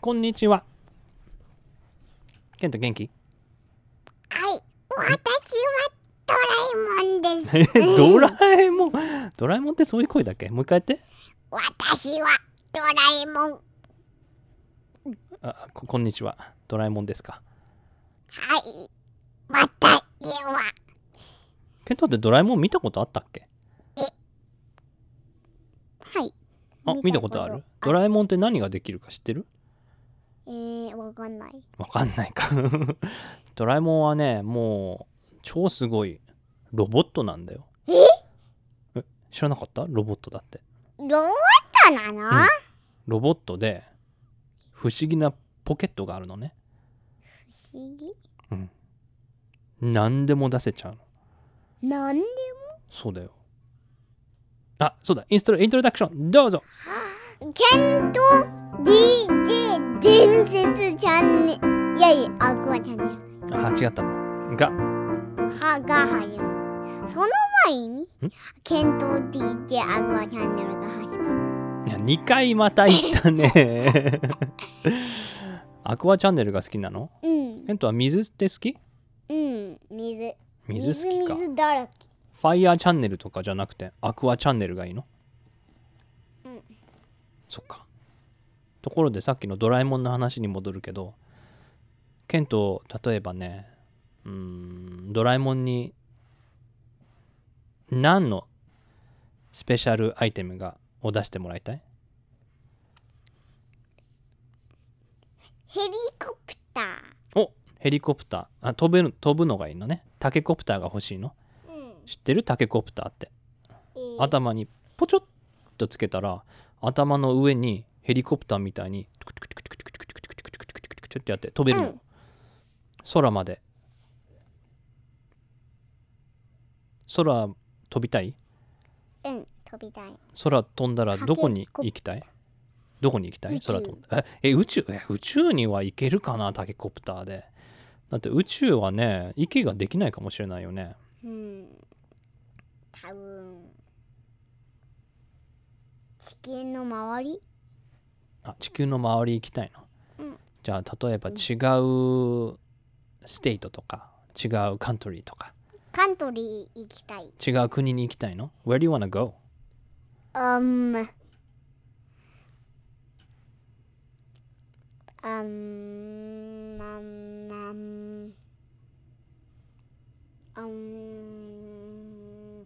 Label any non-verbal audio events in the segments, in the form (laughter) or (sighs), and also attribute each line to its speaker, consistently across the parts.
Speaker 1: こんにちは。ケント元気
Speaker 2: はい、私はドラえもんです。
Speaker 1: (laughs) えドラえもん。ドラえもんってそういう声だっけもう一回やって。
Speaker 2: 私はドラえもん。は
Speaker 1: あここんにちは。ドラえもんですか。
Speaker 2: い、私は
Speaker 1: ケントってドラえもん見たことあったっけ
Speaker 2: はい。
Speaker 1: あ見たことあるドラえもんって何ができるか知ってる
Speaker 2: えー、わかんない。
Speaker 1: わかんないか (laughs) ドラえもんはねもう超すごいロボットなんだよ
Speaker 2: え
Speaker 1: え知らなかったロボットだって
Speaker 2: ロボットなの、
Speaker 1: うんロボットで不思議なポケットがあるのね
Speaker 2: 不思議。
Speaker 1: うん何でも出せちゃうの
Speaker 2: なんでも
Speaker 1: そうだよあそうだインストロイントロダクションどうぞ
Speaker 2: ケント DJ 伝説チャンネル。いやいや、アクアチャンネル。
Speaker 1: あ違ったのが
Speaker 2: はが始まる。その前に、ケント DJ アクアチャンネルが始まる。
Speaker 1: いや2回また行ったねアクアチャンネルが好きなの
Speaker 2: うん
Speaker 1: ケ。ントは水って好き
Speaker 2: うん。水。
Speaker 1: 水好きか
Speaker 2: 水水だらけ。
Speaker 1: ファイヤーチャンネルとかじゃなくてアクアチャンネルがいいの
Speaker 2: うん
Speaker 1: そっかところでさっきのドラえもんの話に戻るけどケント例えばねうーんドラえもんに何のスペシャルアイテムがを出してもらいたい
Speaker 2: ヘリコプター。
Speaker 1: おヘリコプターあ飛べる飛ぶのがいいのねタケコプターが欲しいの
Speaker 2: うん
Speaker 1: 知ってるタケコプターって頭にポチョッとつけたら頭の上にヘリコプターみたいにトゥクトゥクトゥクトゥクトゥクトゥクトゥクトゥクトゥクトゥクってやって飛べるの、
Speaker 2: うん
Speaker 1: 空まで空飛びたい
Speaker 2: うん、飛びたい。
Speaker 1: 空飛んだらどこに行きたいどこに行きたい
Speaker 2: 宇宙
Speaker 1: 空飛んだええ宇宙え宇宙には行けるかなタケコプターでだって宇宙はね息ができないかもしれないよね
Speaker 2: うん。多分地球の周り
Speaker 1: あ地球の周り行きたいの、
Speaker 2: うん
Speaker 1: じゃあ例えば
Speaker 2: うん
Speaker 1: 違うステイトとか違うカントリーとか
Speaker 2: カントリー行きたい。
Speaker 1: 違う国に行きたいの Where do you wanna go?
Speaker 2: あん。あん。なんなん。あん。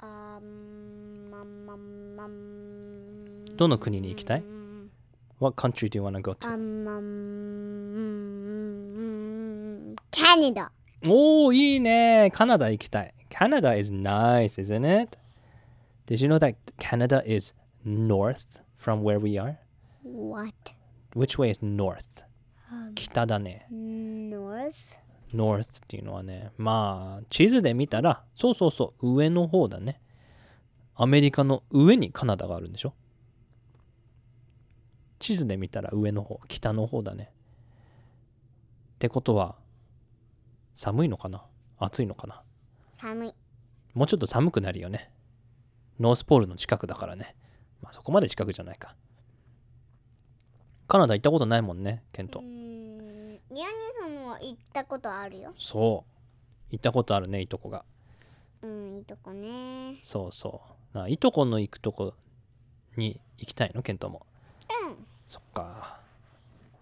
Speaker 2: あん。まんまんまん。
Speaker 1: どの国に行きたい
Speaker 2: うん
Speaker 1: What country do you wanna go
Speaker 2: あ
Speaker 1: to?
Speaker 2: んまんうんカナダ
Speaker 1: おーいいねカナダ行きたい Canada is nice, isn't it? Did you know that Canada is north from where we are?
Speaker 2: What?
Speaker 1: Which way is north?
Speaker 2: うん
Speaker 1: 北だね
Speaker 2: North?
Speaker 1: North っていうのはねまあ地図で見たらそうそうそう上の方だねアメリカの上にカナダがあるんでしょ地図で見たら上の方北の方だねってことは寒いのかな暑いのかな
Speaker 2: 寒い
Speaker 1: もうちょっと寒くなるよねノースポールの近くだからねまあそこまで近くじゃないかカナダ行ったことないもんねケント
Speaker 2: うんヤニさんは行ったことあるよ
Speaker 1: そう行ったことあるねいとこが
Speaker 2: うんいいとこね
Speaker 1: そうそう。ないとこの行くとこに行きたいのケントも。そっか。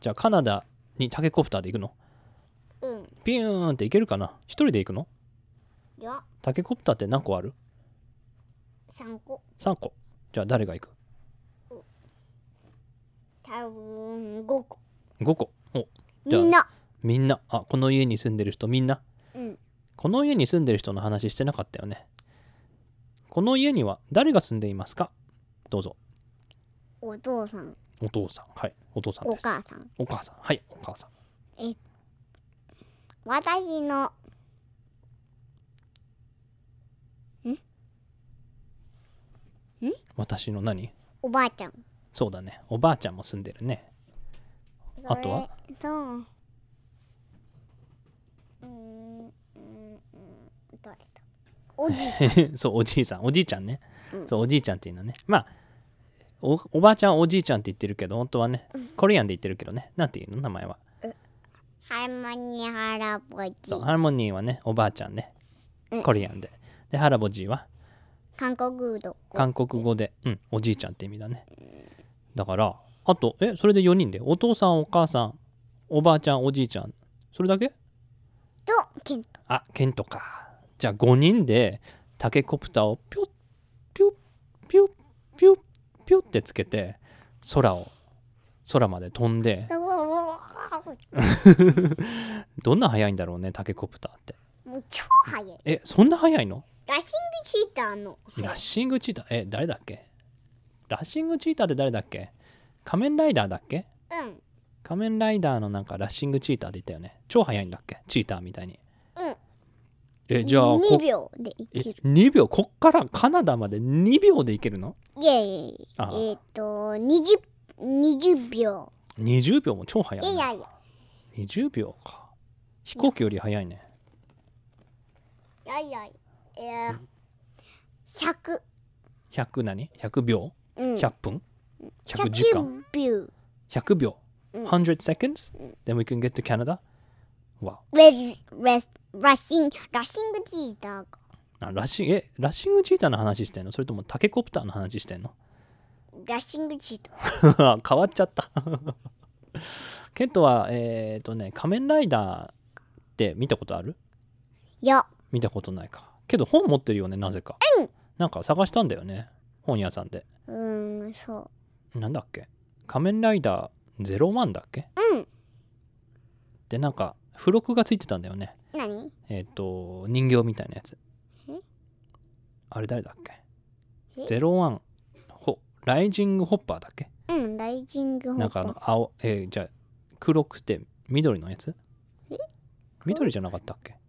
Speaker 1: じゃあカナダにタケコプターで行くの
Speaker 2: うんうん
Speaker 1: ピューンって行けるかな一人で行くの
Speaker 2: いや
Speaker 1: タケコプターって何個ある
Speaker 2: 3個
Speaker 1: ?3 個。じゃあ誰が行く
Speaker 2: 多分5個
Speaker 1: ?5 個。おじゃあ
Speaker 2: みんな
Speaker 1: みんな。あこの家に住んでる人みんな。
Speaker 2: うん
Speaker 1: この家に住んでる人の話してなかったよね。この家には誰が住んでいますかどうぞ。
Speaker 2: お父さん
Speaker 1: お父さん。はい。お父さん
Speaker 2: お
Speaker 1: です。
Speaker 2: 母さん
Speaker 1: お母さん。はい。お母さん。
Speaker 2: 私の
Speaker 1: 私の何
Speaker 2: おばあちゃん
Speaker 1: そうだね。おばあちゃんも住んでるね。あとは
Speaker 2: それとうーんうーんうーん誰だおじ
Speaker 1: (laughs) そう、おじいさん、おじいちゃんね。
Speaker 2: うん
Speaker 1: そう、おじいちゃんっていうのね。まあ、おおばあちゃんおじいちゃんって言ってるけど本当はねコリアンで言ってるけどねなんていうの名前は
Speaker 2: ハーモニーハラボジ
Speaker 1: そうハーモニーはねおばあちゃんね
Speaker 2: うん
Speaker 1: コリアンででハラボジーは
Speaker 2: 韓国語
Speaker 1: 韓国語で、うん、おじいちゃんって意味だねだからあとえそれで4人でお父さんお母さんおばあちゃんおじいちゃんそれだけ
Speaker 2: とケント
Speaker 1: あケントかじゃあ5人でタケコプターをピュッピュッピュッピュッピュッってつけて空を空まで飛んでどんな速いんだろうねタケコプターって
Speaker 2: もう超速い
Speaker 1: えそんな速いの
Speaker 2: ラッシングチーターの
Speaker 1: ラッシングチーターえ誰だっけラッシングチーターって誰だっけ仮面ライダーだっけ
Speaker 2: うん
Speaker 1: 仮面ライダーのなんかラッシングチーターで言ったよね超速いんだっけチーターみたいに
Speaker 2: うん
Speaker 1: えじゃあこ
Speaker 2: 2秒でい
Speaker 1: え
Speaker 2: ける
Speaker 1: 2秒こっからカナダまで2秒で行けるの
Speaker 2: いやいやいや
Speaker 1: あ
Speaker 2: えーっと20 20秒
Speaker 1: ?20 秒も超速
Speaker 2: いや
Speaker 1: い
Speaker 2: い
Speaker 1: な
Speaker 2: やいや
Speaker 1: 20秒か飛行機より速いね
Speaker 2: いやいやえー100
Speaker 1: 100何 ?100 秒
Speaker 2: うん
Speaker 1: ?100 分 ?100 時間
Speaker 2: 100秒
Speaker 1: ?100 秒
Speaker 2: うん
Speaker 1: ?100 seconds? Then we can get to Canada? わ
Speaker 2: with with rushing rushing the tea dog
Speaker 1: あラッシンえラッシングチーターの話してんのそれともタケコプターの話してんの (laughs)
Speaker 2: rushing the tea dog
Speaker 1: 変わっちゃった (laughs) ケントはえっ、とね仮面ライダーって見たことある
Speaker 2: いや
Speaker 1: 見たことないかけど本持ってるよねなぜか、なんか探したんだよね本屋さんで
Speaker 2: うーんそう
Speaker 1: なんだっけ仮面ライダーゼロワンだっけ
Speaker 2: うん
Speaker 1: でなんか付録がついてたんだよね
Speaker 2: 何
Speaker 1: えっ、と人形みたいなやつ
Speaker 2: え
Speaker 1: あれ誰だっけ
Speaker 2: え
Speaker 1: ゼロワンほライジングホッパーだっけ
Speaker 2: うんライジングホッパー
Speaker 1: なんかあの青えーじゃあ黒くて緑のやつ
Speaker 2: え
Speaker 1: 緑じゃなかったっけ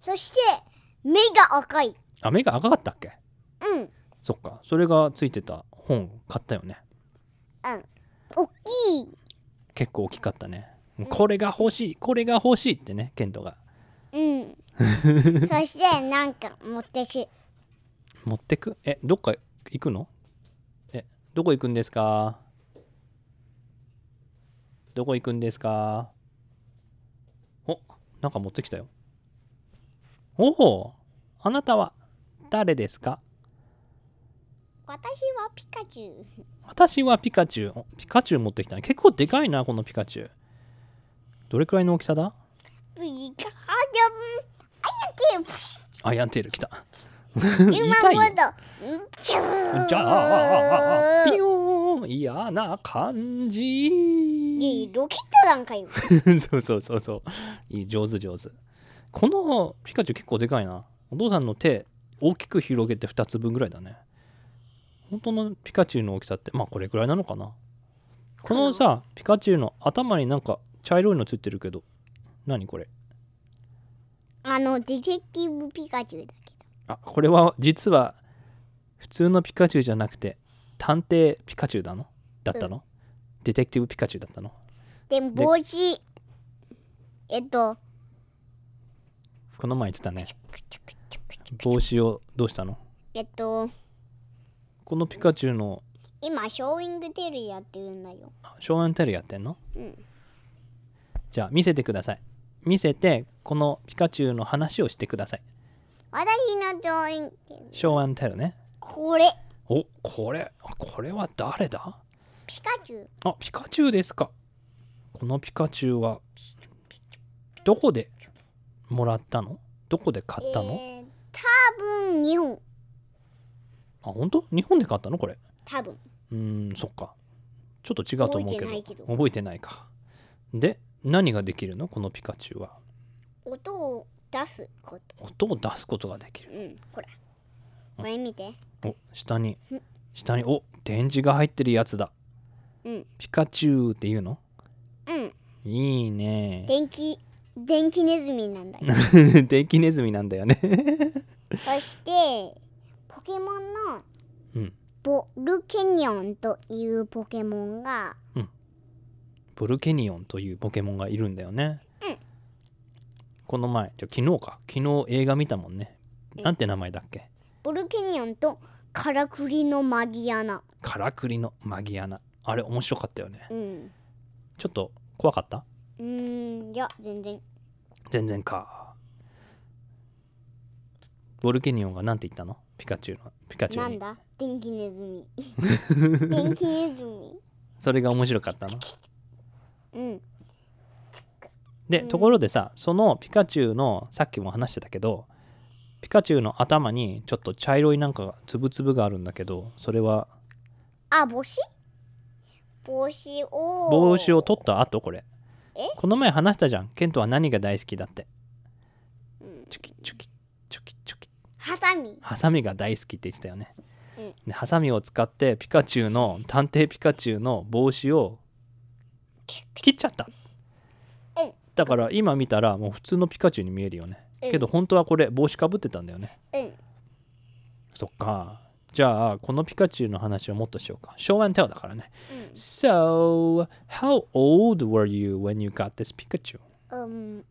Speaker 2: そして目が赤い
Speaker 1: あ目が赤かったっけ
Speaker 2: うんうん
Speaker 1: そっかそれがついてた本買ったよね
Speaker 2: 大きい
Speaker 1: 結構大きかったねこれが欲しいこれが欲しいってねケントが (laughs)
Speaker 2: うん。そしてなんか持ってき。
Speaker 1: 持ってくえどっか行くのえどこ行くんですかどこ行くんですかおなんか持ってきたよおおあなたは誰ですか
Speaker 2: 私はピカチュウ。
Speaker 1: 私はピカチュウおピカチュウ持ってきたね結構でかいなこのピカチュウどれくらいの大きさだ
Speaker 2: ピカチュウ。あやて。
Speaker 1: あやんテール来た
Speaker 2: 今
Speaker 1: 痛いよ
Speaker 2: ほど。チュー
Speaker 1: じゃあ、ピヨーン、嫌な感じ。
Speaker 2: いいロケットなんかよ。
Speaker 1: (laughs) そうそうそうそう。いい、上手上手。このピカチュウ結構でかいな。お父さんの手、大きく広げて2つ分ぐらいだね。本当のピカチュウの大きさって、まあこれぐらいなのかな。このさ、ピカチュウの頭になんか茶色いのついてるけど、何これ
Speaker 2: あのディテクティブピカチュウだけ
Speaker 1: あ、これは実は普通のピカチュウじゃなくて、探偵ピカチュウだのだったの、ディテクティブピカチュウだったの
Speaker 2: ど。で帽子。えっと。
Speaker 1: この前言ってたね。帽子をどうしたの
Speaker 2: えっと。
Speaker 1: このピカチュウの
Speaker 2: 今ショーイングテールやってるんだよ。
Speaker 1: 昭和のテレやってんの
Speaker 2: うん。
Speaker 1: じゃあ見せてください。見せて、このピカチュウの話をしてください。
Speaker 2: 私のショーイングテール。
Speaker 1: 昭和のテレね。
Speaker 2: これ。
Speaker 1: おこれ、あこれは誰だ
Speaker 2: ピカチュウ。
Speaker 1: あピカチュウですか。このピカチュウはどこでもらったのどこで買ったの、
Speaker 2: えー多分日本。
Speaker 1: あ、本当日本で買ったのこれ。
Speaker 2: 多分。
Speaker 1: うーん、そっか。ちょっと違うと思うけど。
Speaker 2: 覚えてないけど
Speaker 1: 覚えてないか。で、何ができるのこのピカチュウは。
Speaker 2: 音を出すこと。
Speaker 1: 音を出すことができる。
Speaker 2: うん、ほら。これ見て。
Speaker 1: お下に
Speaker 2: うん
Speaker 1: 下にお電池が入ってるやつだ
Speaker 2: うん、
Speaker 1: ピカチュウっていうの
Speaker 2: うん。
Speaker 1: いいね
Speaker 2: 電気、電気ネズミなんだよ。
Speaker 1: (laughs) 電気ネズミなんだよね (laughs)
Speaker 2: そして、ポケモンの
Speaker 1: うん
Speaker 2: ボルケニョンというポケモンが、
Speaker 1: ブルケニオンというポケモンがいるんだよね、
Speaker 2: うん
Speaker 1: この前じゃ昨日か昨日映画見たもんねなんて名前だっけ
Speaker 2: ボルケニョンとカラクリのマギアナ。
Speaker 1: からくりのマギアナあれ面白かったよね
Speaker 2: うん
Speaker 1: ちょっと怖かった
Speaker 2: うーんいや全然
Speaker 1: 全然かボルケニオンがなんて言ったのピカチュウのピカチュ
Speaker 2: な
Speaker 1: ウ
Speaker 2: ん
Speaker 1: に
Speaker 2: だ電気ネズ (laughs) ミ電気ネズミ
Speaker 1: それが面白かったの
Speaker 2: うん
Speaker 1: で
Speaker 2: うん
Speaker 1: ところでさそのピカチュウのさっきも話してたけどピカチュウの頭にちょっと茶色いなんか粒々があるんだけどそれは
Speaker 2: あ帽子帽子を
Speaker 1: 帽子を取った後これ
Speaker 2: え
Speaker 1: この前話したじゃんケントは何が大好きだって
Speaker 2: うん
Speaker 1: チョキチョキチョキチョキ
Speaker 2: ハサミ
Speaker 1: ハサミが大好きって言ってたよね
Speaker 2: うん。
Speaker 1: でハサミを使ってピカチュウの探偵ピカチュウの帽子を切っちゃった
Speaker 2: うん。
Speaker 1: だから今見たらもう普通のピカチュウに見えるよね。
Speaker 2: うん
Speaker 1: けど本当はこれ帽子かぶってたんだよね。
Speaker 2: うん
Speaker 1: そっか。じゃあこのピカチュウの話をもっとしようか。Show and tell だからね。So, how old were you when you got this Pikachu?
Speaker 2: うん、um,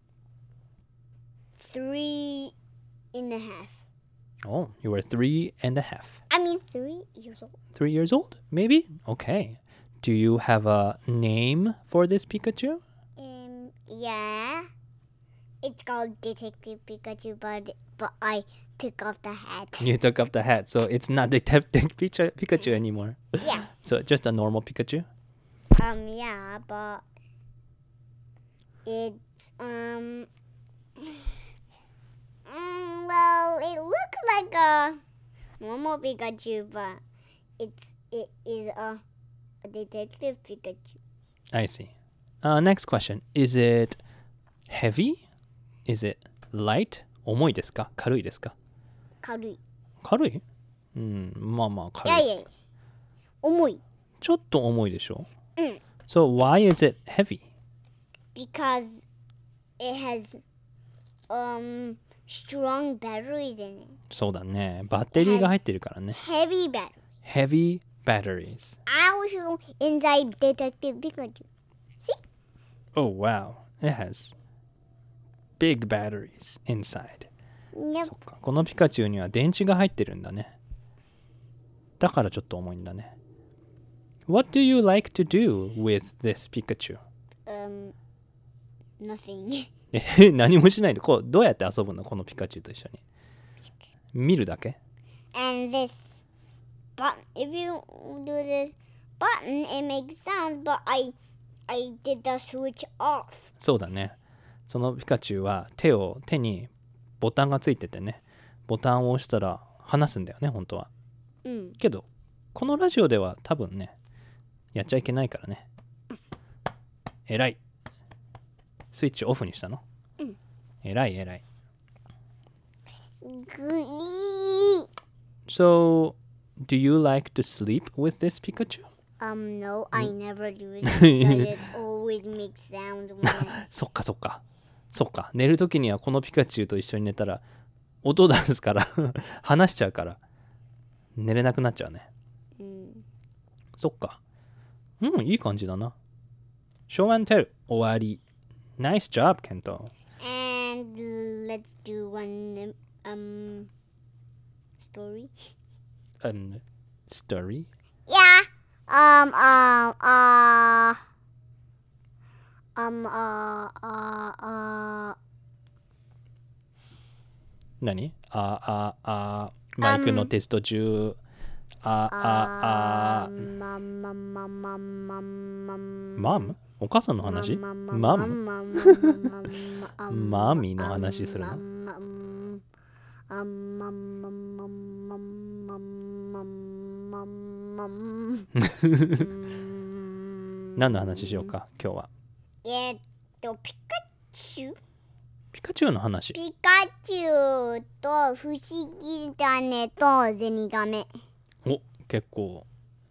Speaker 2: three and a half
Speaker 1: Oh, you were three and a half.
Speaker 2: I mean three years old
Speaker 1: Three years old, maybe? Okay. Do you have a name for this Pikachu?
Speaker 2: Um, yeah. It's called Detective Pikachu, but but I took off the hat.
Speaker 1: You took off the hat, so it's not Detective Pikachu Pikachu anymore.
Speaker 2: yeah.
Speaker 1: So just a normal Pikachu?
Speaker 2: Um, yeah, but it's um. (sighs) Mm, well, it looked like a normal Pikachu, but it's it is a, a detective Pikachu.
Speaker 1: I see. Uh, next question. Is it heavy? Is it light? 重いですか軽いですか
Speaker 2: Karu.
Speaker 1: 軽いうん、まあまあ軽い。
Speaker 2: Yeah, yeah. Omoi.
Speaker 1: ちょっと重いでしょ
Speaker 2: うん。
Speaker 1: So why is it heavy?
Speaker 2: because it has um strong batteries in it.
Speaker 1: そうだね。バッテリーが入ってるからね。
Speaker 2: Heavy battery.
Speaker 1: Heavy batteries.
Speaker 2: I will show inside Detective Pikachu.
Speaker 1: Oh wow. It has big batteries inside.
Speaker 2: Yep.
Speaker 1: そっか。このピカチュウには電池が入ってるんだね。だからちょっと重いんだね。What do you like to do with this Pikachu? (laughs)
Speaker 2: Um nothing. (laughs)
Speaker 1: え何もしないでこうどうやって遊ぶのこのピカチュウと一緒に見るだけ
Speaker 2: and this button if you do this button it makes sound but I I did the switch off.
Speaker 1: そうだねそのピカチュウは手を手にボタンがついててねボタンを押したら話すんだよね本当は
Speaker 2: Mm.
Speaker 1: けどこのラジオでは多分ねやっちゃいけないからねえらいスイッチオフにしたの
Speaker 2: うん
Speaker 1: えらいえらい
Speaker 2: Glee.
Speaker 1: So do you like to sleep with this Pikachu?
Speaker 2: Um no, I never do that. but it always makes sound when I
Speaker 1: そっかそっか。そっか。寝るときにはこのピカチュウと一緒に寝たら、音出すから、 (laughs) 話しちゃうから、寝れなくなっちゃうね。
Speaker 2: mm.
Speaker 1: そっか。うん、いい感じだな。Show and tell 終わり。Nice job, ケント。
Speaker 2: And let's do one um story.
Speaker 1: Um, story?
Speaker 2: Yeah. Um um uh um uh uh uh
Speaker 1: 何あああマイクのテスト中。あああ
Speaker 2: um mum mum mum mum mum mum
Speaker 1: マムお母さんの話マム
Speaker 2: mum
Speaker 1: マミの話するの
Speaker 2: um um mum mum mum mum mum mum mum
Speaker 1: 何の話しようか今日は。
Speaker 2: えーっと、ピカチュウ
Speaker 1: ピカチュウの話。
Speaker 2: ピカチュウと不思議だねとゼニガメ。
Speaker 1: お結構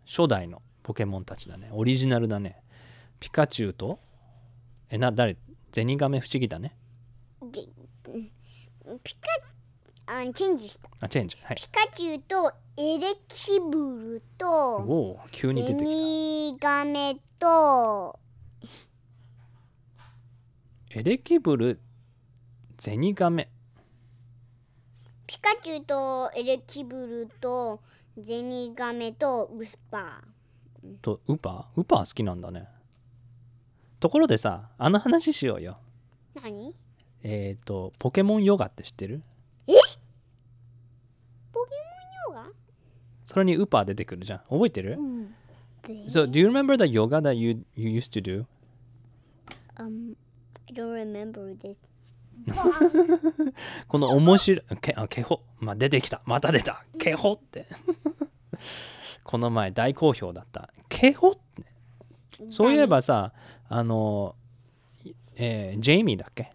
Speaker 1: 初代のポケモンたちだねオリジナルだねピカチュウとえな誰ゼニガメ不思議だね
Speaker 2: でうんピカあチェンジした。
Speaker 1: あチェンジはい
Speaker 2: ピカチュウとエレキブル
Speaker 1: お
Speaker 2: と
Speaker 1: おー急
Speaker 2: ゼ
Speaker 1: に出てき
Speaker 2: ニガメと
Speaker 1: たエレキブルゼニガメ
Speaker 2: ピカチュウとエレキブルとゼニガメとウスパ
Speaker 1: とウーパーウーパー好きなんだねところでさあの話しようよ
Speaker 2: ー。何
Speaker 1: えっ、とポケモンヨガって知ってる
Speaker 2: ヨガ
Speaker 1: それにウーパー出てくるじゃん覚えてる、
Speaker 2: うん。
Speaker 1: So do you remember the yoga that you you used to do?
Speaker 2: Um, I don't remember this. (laughs)
Speaker 1: この面白いけあけほまあ出てきたまた出たけほって (laughs) この前大好評だったけほそういえばさあのいえージェイミーだっけ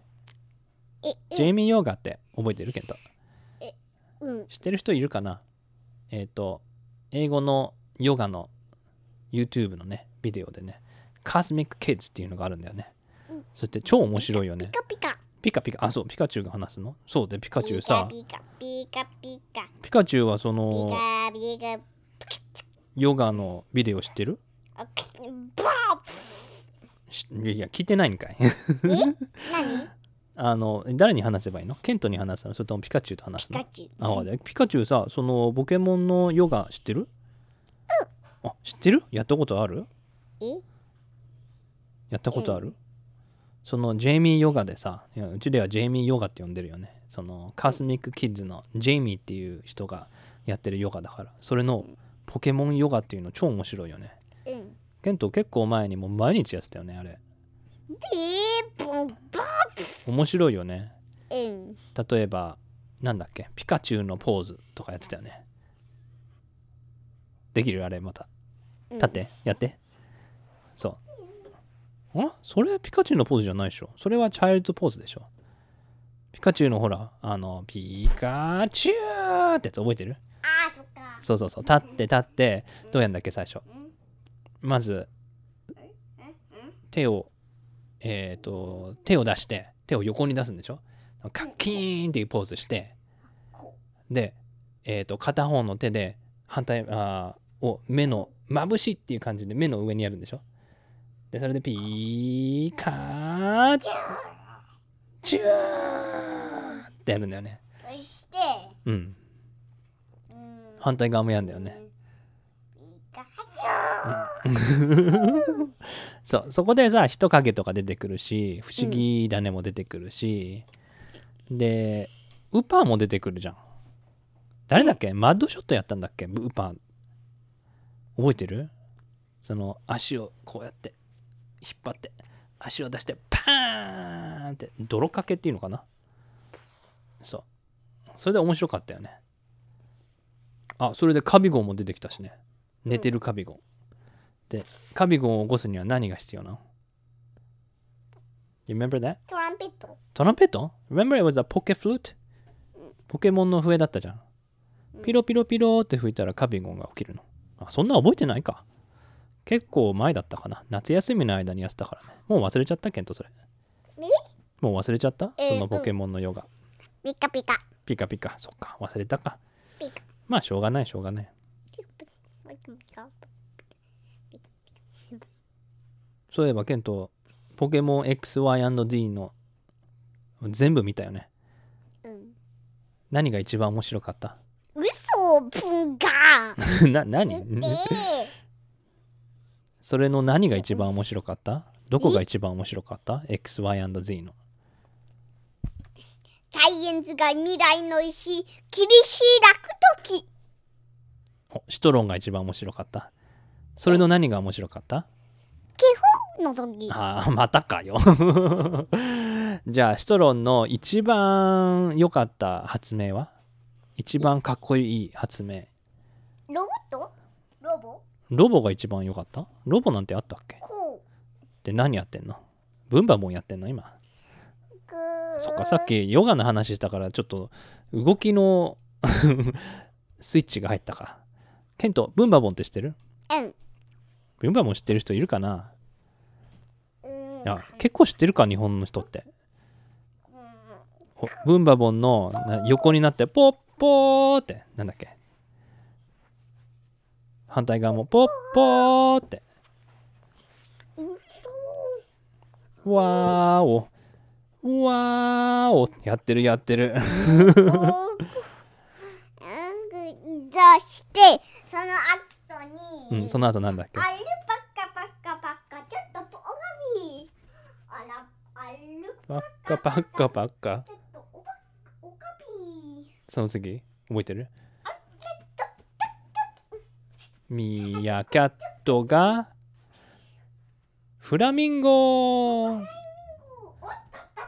Speaker 2: え、
Speaker 1: ジェイミーヨガって覚えてるけど
Speaker 2: うん。
Speaker 1: 知ってる人いるかなえっ、と英語のヨガの YouTube のねビデオでねカスミックキッズっていうのがあるんだよね
Speaker 2: うん
Speaker 1: それって超面白いよね
Speaker 2: ピカピカ。
Speaker 1: ピカピカあそうピカチュウが話すのそうでピカチュウさ
Speaker 2: ピカピカピカ
Speaker 1: ピカチュウはそ
Speaker 2: ピ
Speaker 1: の
Speaker 2: カピカピ
Speaker 1: ヨガのビデオ知ってる
Speaker 2: カ。あくっバ
Speaker 1: (laughs) しいや聞いてないん (laughs) かい
Speaker 2: ーン。え？何？
Speaker 1: あの誰に話せばいいのケントに話すのそれともピカチュウと話す
Speaker 2: ピカ
Speaker 1: の
Speaker 2: チュウ。
Speaker 1: あわかったピカチュウさそのポケモンのヨガ知ってるあ知ってるやったことある
Speaker 2: え？
Speaker 1: やったことある、そのジェイミーヨガでさいやうちではジェイミーヨガって呼んでるよねそのカスミックキッズのジェイミーっていう人がやってるヨガだからそれのポケモンヨガっていうの超面白いよね
Speaker 2: うん。
Speaker 1: ケント結構前にもう毎日やってたよねあれ
Speaker 2: でボンバ
Speaker 1: 面白いよね
Speaker 2: ーン。
Speaker 1: 例えばなんだっけピカチュウのポーズとかやってたよねできるあれまた
Speaker 2: うん
Speaker 1: 立っ。てやってそうあそれピカチュウのポーズじゃないでしょそれはチャイルドポーズでしょピカチュウのほらあのピカチュウってやつ覚えてる
Speaker 2: あーそっか。
Speaker 1: そうそうそう立って立ってどうやんだっけ最初
Speaker 2: うん
Speaker 1: まず手をえっ、と手を出して手を横に出すんでしょカッキーンっていうポーズしてで、えー、と片方の手で反対あーを目のまぶしいっていう感じで目の上にやるんでしょでそれでピーカーチューってやるんだよね
Speaker 2: そして、
Speaker 1: うん
Speaker 2: うん。
Speaker 1: 反対側もやるんだよね。
Speaker 2: ピカチュウ。
Speaker 1: そうそこでさ人影とか出てくるし不思議種も出てくるし、でウーパーも出てくるじゃん誰だっけマッドショットやったんだっけウーパー覚えてるその足をこうやって引っ張って足を出してパーンって泥かけっていうのかなそうそれで面白かったよねあそれでカビゴンも出てきたしね寝てるカビゴン、でカビゴンを起こすには何が必要なの You remember that?
Speaker 2: トランペット。
Speaker 1: トランペット Remember it was a pocket flute? ポケモンの笛だったじゃん
Speaker 2: うん。
Speaker 1: ピロピロピロって吹いたらカビゴンが起きるの。あ、そんな覚えてないか。結構前だったかな。夏休みの間にやってたからね。もう忘れちゃったケントそれ。
Speaker 2: え
Speaker 1: もう忘れちゃった
Speaker 2: えー
Speaker 1: そのポケモンのヨガ。
Speaker 2: ピカピカ。
Speaker 1: ピカピカ。そっか。忘れたか。
Speaker 2: ピカ。
Speaker 1: まあ、しょうがない、しょうがない。
Speaker 2: ピカピカピカピカ。
Speaker 1: そういえばケント、ポケモン XY&D の全部見たよね。
Speaker 2: うん。
Speaker 1: 何が一番面白かった (laughs)
Speaker 2: 嘘プンガー。
Speaker 1: な、何
Speaker 2: えー。
Speaker 1: それの何が一番面白かったどこが一番面白かった ?XY&Z の。
Speaker 2: サイエンスが未来の石切り開くとき
Speaker 1: おシトロンが一番面白かった。それの何が面白かった
Speaker 2: のとき
Speaker 1: ああ、 (laughs) またかよ。じゃあ、シトロンの一番良かった発明は一番かっこいい発明。
Speaker 2: ロボットロボ
Speaker 1: ロボが一番良かったロボなんてあったっけ
Speaker 2: こう
Speaker 1: で何やってんのブンバもンやってんの今。
Speaker 2: ぐー
Speaker 1: そっか、さっきヨガの話したから、ちょっと動きの (laughs) スイッチが入ったか。ケント、ブンバボンって知ってる
Speaker 2: うん
Speaker 1: ブンバボン知ってる人いるかな
Speaker 2: うん
Speaker 1: いや、結構知ってるか、日本の人って。おブンバボンのな横になって、ポッポーって、なんだっけ。反対側も、ポッポーって、
Speaker 2: うん
Speaker 1: わーお、わーお、やってるやってる。
Speaker 2: うんうん出してその後
Speaker 1: う
Speaker 2: に、
Speaker 1: ん、その後なんだっけ
Speaker 2: あるパッカパッカパッカちょっとおがみあらある
Speaker 1: パッカパッカパッカ。
Speaker 2: ちょっとおばおかぴ
Speaker 1: その次、覚えてる
Speaker 2: あちょっと
Speaker 1: ミーアキャットがフラミンゴ
Speaker 2: おっとっと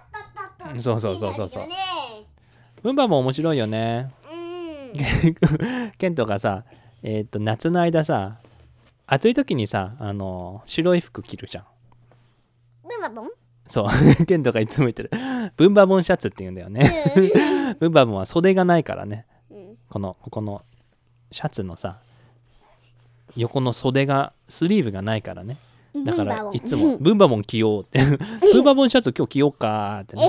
Speaker 2: っとっとっと
Speaker 1: そうそうそうそうそう
Speaker 2: いいね
Speaker 1: ウンバも面白いよね。
Speaker 2: うん
Speaker 1: ケントがさ、えっ、と、夏の間さ、暑い時にさ、あの、白い服着るじゃん。
Speaker 2: ブンバボン
Speaker 1: そう、 (laughs) ケントがいつも言ってる。ブンバボンシャツって言うんだよね。 (laughs) ブンバボンは袖がないからね。
Speaker 2: うん
Speaker 1: この、ここのシャツのさ、横の袖が、スリーブがないからね。だか
Speaker 2: ブンバ
Speaker 1: ら
Speaker 2: ボン
Speaker 1: いつ
Speaker 2: (laughs)
Speaker 1: もブンバボン着ようって。ブンバボンシャツ今日着ようかーって、ね。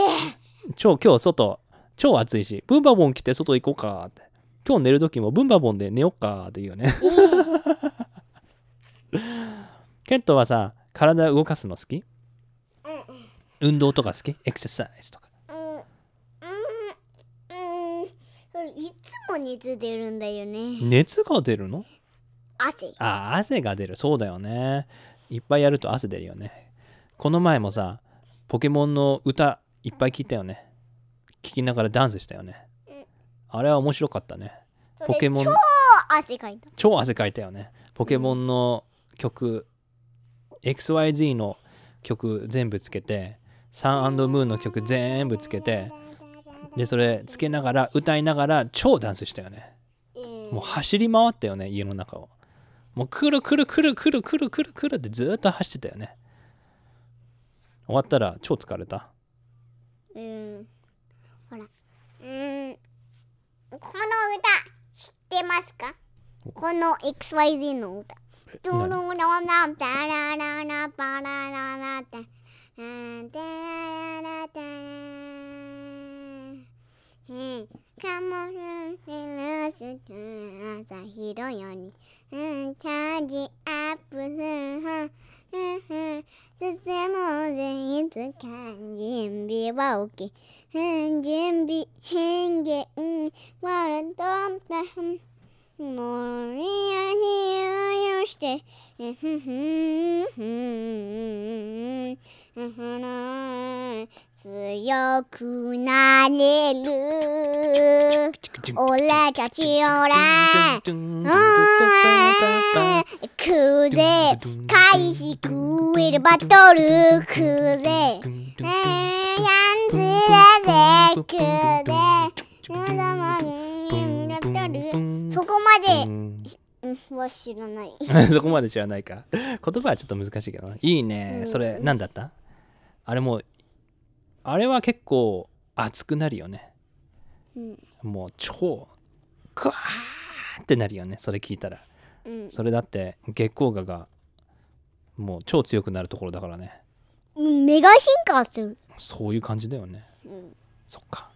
Speaker 1: 超今日外、超暑いし、ブンバボン着て外行こうかーって。今日寝る時もブンバボンで寝ようかーって言うね。 (laughs) ケントはさ、体動かすの好き運動とか好きエクササイズとか。
Speaker 2: うんうんうんそれいつも熱出るんだよね
Speaker 1: 熱が出るの
Speaker 2: 汗
Speaker 1: あー、汗が出る。そうだよね。いっぱいやると汗出るよね。この前もさ、ポケモンの歌いっぱい聞いたよね。聞きながらダンスしたよね
Speaker 2: うん。
Speaker 1: あれは面白かったね。
Speaker 2: それ
Speaker 1: ポケモン
Speaker 2: 超汗かいた
Speaker 1: 超汗かいたよね。ポケモンの曲、XYZ の曲全部つけて、サンムーンの曲全部つけて、で、それつけながら、歌いながら、超ダンスしたよね。もう走り回ったよね、家の中を。もうくるくるくるくるくるくるくるってずーっと走ってたよね。終わったら超疲れた。
Speaker 2: うんほらうんこの歌知ってますかこの XYZ の歌
Speaker 1: え
Speaker 2: ドロ
Speaker 1: 何
Speaker 2: ロロランタラララパラララタラタララタえカモフラージュの朝広よにうんチャージアップするはうんうん進もうぜいつか準備は OK うん準備変幻ワールドだうんもういやよしてうんふんふんふんふんふん強くなれる俺たち俺クゼ開始クイルバトルクゼえーやんずやぜクゼまだまだうんバトルそこまでうんは知らない
Speaker 1: (laughs) そこまで知らないか。言葉はちょっと難しいけどな。いいね
Speaker 2: う。ん
Speaker 1: それ、何だったあれもう、あれは結構熱くなるよね。
Speaker 2: うん
Speaker 1: もう超、グワーってなるよね。それ聞いたら。
Speaker 2: うん
Speaker 1: それだって月光河がもう超強くなるところだからね
Speaker 2: うんメガ進化する
Speaker 1: そういう感じだよね
Speaker 2: う
Speaker 1: そっか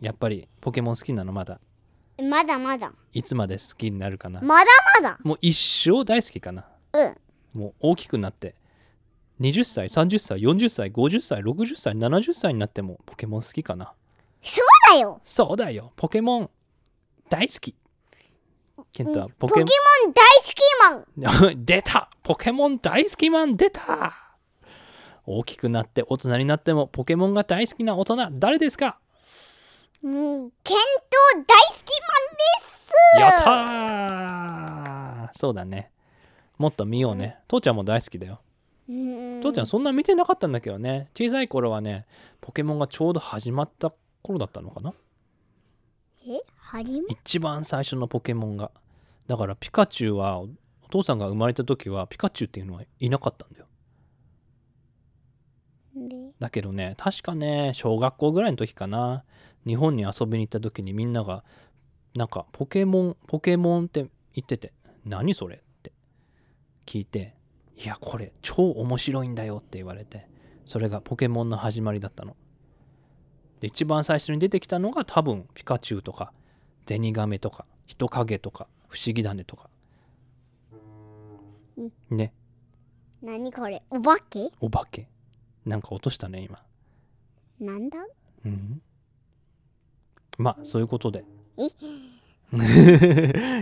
Speaker 1: やっぱりポケモン好きなのまだ
Speaker 2: んまだまだ
Speaker 1: いつまで好きになるかな
Speaker 2: まだまだ
Speaker 1: もう一生大好きかな
Speaker 2: うん
Speaker 1: もう大きくなって20歳30歳40歳50歳60歳70歳になってもポケモン好きかな
Speaker 2: そうだよ
Speaker 1: そうだよポケモン大好きケントはポ
Speaker 2: ポケ
Speaker 1: ケ
Speaker 2: モ
Speaker 1: モン
Speaker 2: ン大好きマン
Speaker 1: (laughs) 出たポケモン大好きマン出た大きくなって大人になってもポケモンが大好きな大人誰ですか
Speaker 2: うんケント大好きマ
Speaker 1: や
Speaker 2: ンです
Speaker 1: ったーそうだねもっと見ようね、父ちゃんも大好きだよ
Speaker 2: うん
Speaker 1: 父ちゃんそんな見てなかったんだけどね小さい頃はねポケモンがちょうど始まった頃だったのかな
Speaker 2: えハリマ
Speaker 1: 一番最初のポケモンがだからピカチュウはお父さんが生まれた時はピカチュウっていうのはいなかったんだよ
Speaker 2: ン
Speaker 1: だけどね確かね小学校ぐらいの時かな日本に遊びに行った時にみんながなんかポケモンポケモンって言ってて何それって聞いていやこれ超面白いんだよって言われてそれがポケモンの始まりだったので一番最初に出てきたのが多分ピカチュウとかゼニガメとか人影とか不思議だねとかね
Speaker 2: 何これお化け
Speaker 1: お化けなんか落としたね今
Speaker 2: なんだ
Speaker 1: うんまあそういうことで (laughs) い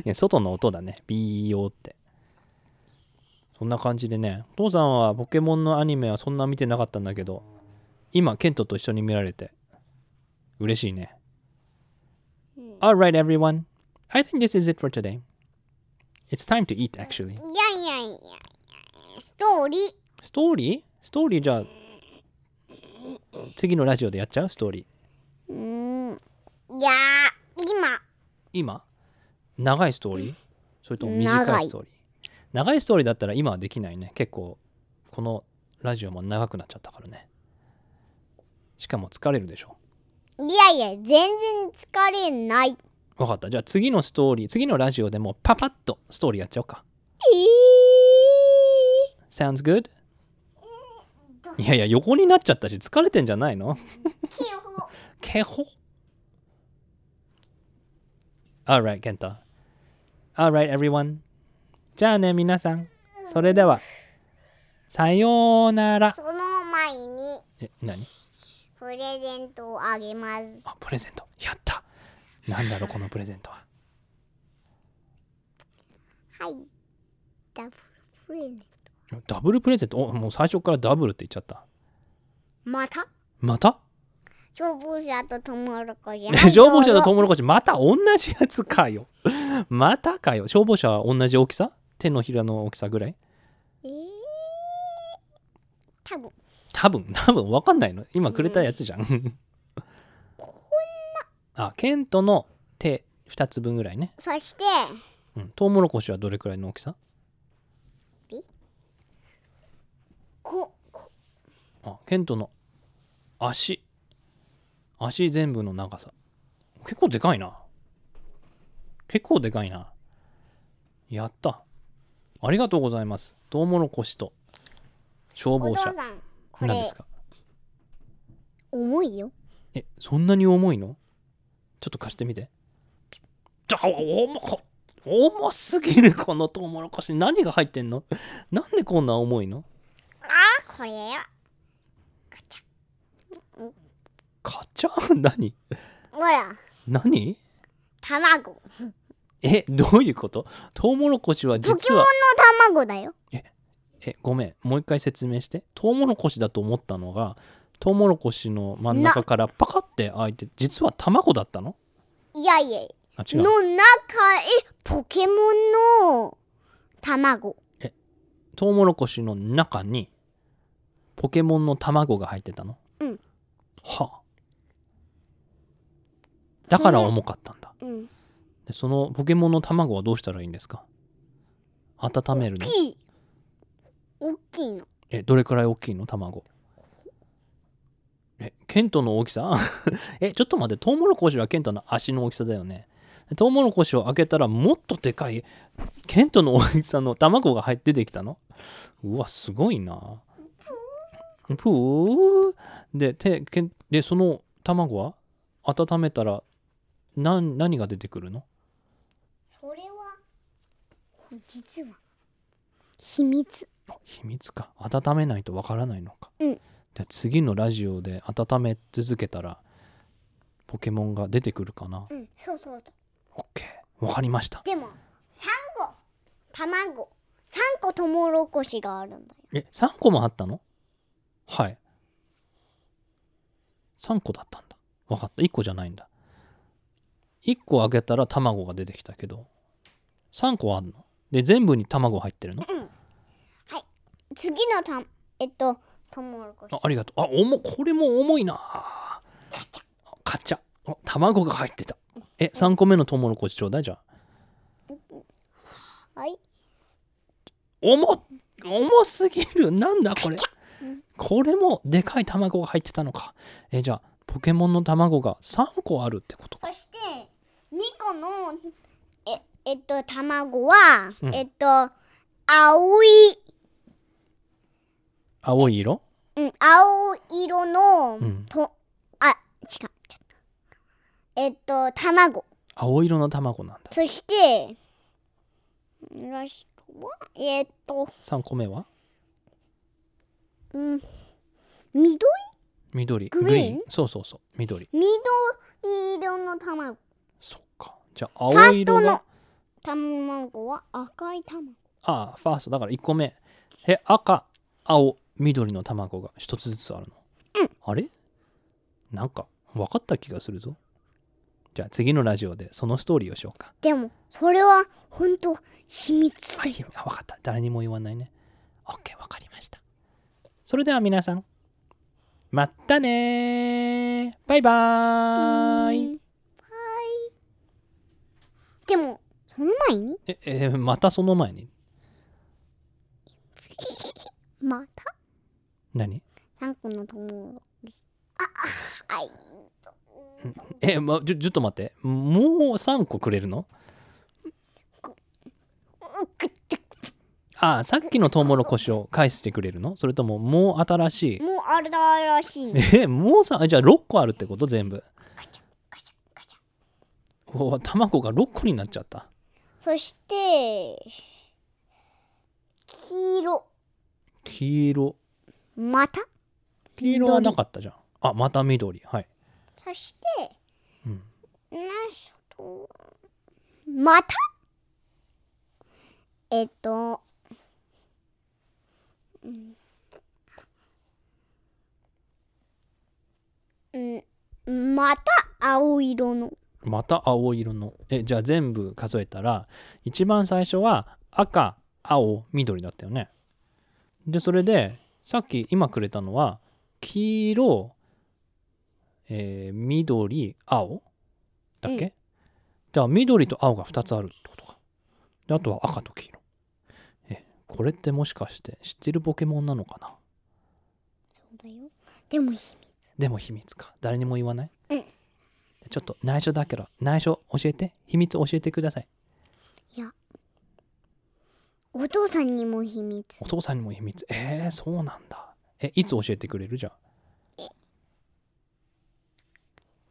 Speaker 1: や外の音だね。ビーヨーって。そんな感じでね、お父さんはポケモンのアニメはそんな見てなかったんだけど、今、ケントと一緒に見られて、嬉しいね。
Speaker 2: うん
Speaker 1: Alright, everyone. I think this is it for today. It's time to eat, actually.
Speaker 2: いやいやいやいやストーリー
Speaker 1: ストーリーストーリーじゃあ、次のラジオでやっちゃうストーリー。
Speaker 2: うーんいやー今
Speaker 1: 今長いストーリーそれとも短いストーリー長いストーリーだったら今はできないね結構このラジオも長くなっちゃったからねしかも疲れるでしょ
Speaker 2: いやいや全然疲れないえ
Speaker 1: 分かったじゃあ次のストーリー次のラジオでもうパパッとストーリーやっちゃおうか
Speaker 2: ー
Speaker 1: Sounds good? いやいや横になっちゃったし疲れてんじゃないのけほ Alright, ケンタ Alright, everyone じゃあね皆さんそれではさようなら
Speaker 2: その前に
Speaker 1: え、何
Speaker 2: プレゼントをあげます
Speaker 1: あ、プレゼント。やったなんだろう、このプレゼントは。
Speaker 2: はいダブルプレゼント
Speaker 1: ダブルプレゼントお、もう最初からダブルって言っちゃった。
Speaker 2: また
Speaker 1: また
Speaker 2: 消防車とトウモロコシ
Speaker 1: (laughs) 消防車とト
Speaker 2: ウ
Speaker 1: ウモロコシ、また同じやつかよ。 (laughs) またかよ。消防車は同じ大きさ手のひらの大きさぐらい
Speaker 2: えー、多分
Speaker 1: 多分、 (laughs) 多分わかんないの。今くれたやつじゃん。あ、ケントの手2つ分ぐらいね。
Speaker 2: そして
Speaker 1: うん。トウモロコシはどれくらいの大きさ
Speaker 2: ここ
Speaker 1: あケントの足足全部の長さ結構でかいな結構でかいなやったありがとうございますトウモロコシと消
Speaker 2: お
Speaker 1: 防
Speaker 2: 父
Speaker 1: 車
Speaker 2: さんこ
Speaker 1: なんで
Speaker 2: れ
Speaker 1: すか
Speaker 2: 重いよ
Speaker 1: えそんなに重いのちょっと貸してみてじゃあ重こ重すぎるこのトウモロコシ何が入ってんのなんでこんな重いの
Speaker 2: あこれよ
Speaker 1: カチャン何
Speaker 2: ほら
Speaker 1: 何
Speaker 2: 卵ポ
Speaker 1: えどういうことトウモロコシは
Speaker 2: ケモン
Speaker 1: 実は
Speaker 2: の卵だよ
Speaker 1: えごめんもう一回説明してトウモロコシだと思ったのがトウモロコシの真ん中からパカって開いて実は卵だったの
Speaker 2: いやいや
Speaker 1: あ違う
Speaker 2: の中へポケモンの卵
Speaker 1: トウモロコシの中にポケモンの卵が入ってたの
Speaker 2: うん
Speaker 1: はあだから重かったんだ
Speaker 2: うん
Speaker 1: でそのポケモンの卵はどうしたらいいんですか温めるの
Speaker 2: 大きい大きいの
Speaker 1: えどれくらい大きいの卵えケントの大きさ (laughs) えちょっと待ってトウモロコシはケントの足の大きさだよねトウモロコシを開けたらもっとでかいケントの大きさの卵が入って出てきたのうわすごいなプーで手ケンでその卵は温めたら何何が出てくるの
Speaker 2: それは実は秘密
Speaker 1: 秘密か温めないとわからないのか、
Speaker 2: うん
Speaker 1: じゃあ次のラジオで温め続けたらポケモンが出てくるかな
Speaker 2: うんそうそうそう
Speaker 1: OK わかりました
Speaker 2: でも3個卵3個トウモロコシがあるんだよ
Speaker 1: え3個もあったのはい3個だったんだわかった1個じゃないんだ1個あげたら卵が出てきたけど3個あるので全部に卵入ってるの
Speaker 2: 次のたえっとトウモロコシ
Speaker 1: あありがとう。あ、重これも重いな。カチャ。カチャ。あ卵が入ってた。え、3個目のトウモロコシちょうだいじゃあ。
Speaker 2: はい
Speaker 1: 重重すぎる。なんだこれ。これもでかい卵が入ってたのか。え、じゃあ、ポケモンの卵が3個あるってことか。
Speaker 2: そして2個のええっと卵は、
Speaker 1: うん
Speaker 2: えっと青い、
Speaker 1: 青い色
Speaker 2: うん、青色
Speaker 1: う
Speaker 2: の、
Speaker 1: ん
Speaker 2: とあ違うえっと卵
Speaker 1: 青色の卵なんだ。
Speaker 2: そしてラストはえっと、
Speaker 1: 3個目は
Speaker 2: うん、緑
Speaker 1: 緑。
Speaker 2: グリーン
Speaker 1: そうそうそう。緑。
Speaker 2: 緑色の卵
Speaker 1: そっか。じゃあ
Speaker 2: ファ
Speaker 1: 青
Speaker 2: ース
Speaker 1: 色
Speaker 2: ト
Speaker 1: が
Speaker 2: の卵は赤い卵。
Speaker 1: ああファーストだから1個目へ赤青緑の卵が1つずつあるの、あれなんか分かった気がするぞじゃあ次のラジオでそのストーリーをしようか
Speaker 2: でも、それは本当秘密
Speaker 1: はい、あ分かった。誰にも言わないね。OK、分かりました。それでは皆さん、まったねーバイバーイ
Speaker 2: はい。でも、その前に、
Speaker 1: え、えーまたその前に、
Speaker 2: また、
Speaker 1: 何
Speaker 2: 3個の友達。あ、あはい。
Speaker 1: えーま、ちょ、ちょっと待って。もう3個くれるの
Speaker 2: うくって
Speaker 1: ああ、さっきのトウモロコシを返してくれるのそれとももう新しい。
Speaker 2: もうあれだらしい
Speaker 1: え
Speaker 2: ね。
Speaker 1: ーもうさ、あじゃあ6個あるってこと全部。おー卵が6個になっちゃった。
Speaker 2: そして、黄色、
Speaker 1: 黄色。
Speaker 2: また、
Speaker 1: 黄色はなかったじゃん。あ、また緑。はい。
Speaker 2: そして、
Speaker 1: うん
Speaker 2: ラスト、またえっと、うん、うんまた青色の。
Speaker 1: また青色のえじゃあ全部数えたら一番最初は赤青緑だったよねでそれでさっき今くれたのは黄色、えー緑青だっけ、
Speaker 2: う
Speaker 1: じゃあ緑と青が2つあるってことかであとは赤と黄色えこれってもしかして知ってるポケモンなのかな
Speaker 2: そうだよ。でも秘密。
Speaker 1: でも秘密か誰にも言わない、
Speaker 2: うん
Speaker 1: ちょっと内緒だけど内緒教えて秘密教えてください
Speaker 2: お父さんにも秘密。
Speaker 1: お父さんにも秘密。えー、そうなんだ。え、いつ教えてくれるじゃあ。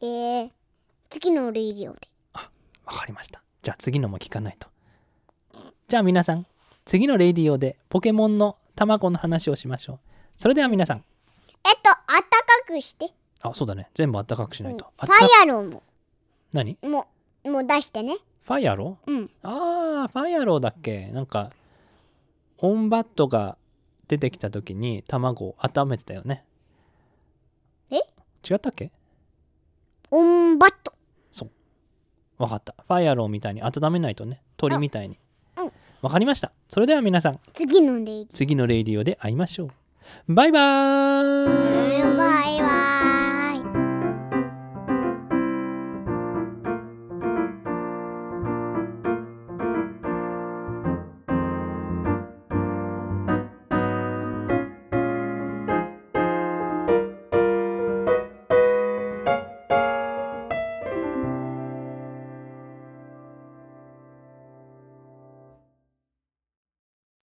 Speaker 2: えー、次のレイディオで。
Speaker 1: わかりました。じゃあ次のも聞かないと。じゃあ皆さん、次のレイディオでポケモンの卵の話をしましょう。それでは皆さん、
Speaker 2: えっと、あったかくして。
Speaker 1: あ、そうだね。全部あったかくしないと。あ
Speaker 2: フ
Speaker 1: っ
Speaker 2: ァ
Speaker 1: た
Speaker 2: イアローも、
Speaker 1: 何
Speaker 2: もう、もう出してね。
Speaker 1: ファイアロー
Speaker 2: うん。
Speaker 1: あー、ファイアローだっけなんか、オンバットが出てきた時に卵を温めてたよね。
Speaker 2: え
Speaker 1: 違ったっけ
Speaker 2: オンバット。
Speaker 1: わかった。ファイアローみたいに温めないとね。鳥みたいに
Speaker 2: あうん。
Speaker 1: わかりました。それでは皆さん、
Speaker 2: 次のレイディオ。
Speaker 1: 次のレイディオで会いましょう。バイバーイ
Speaker 2: バイバイ。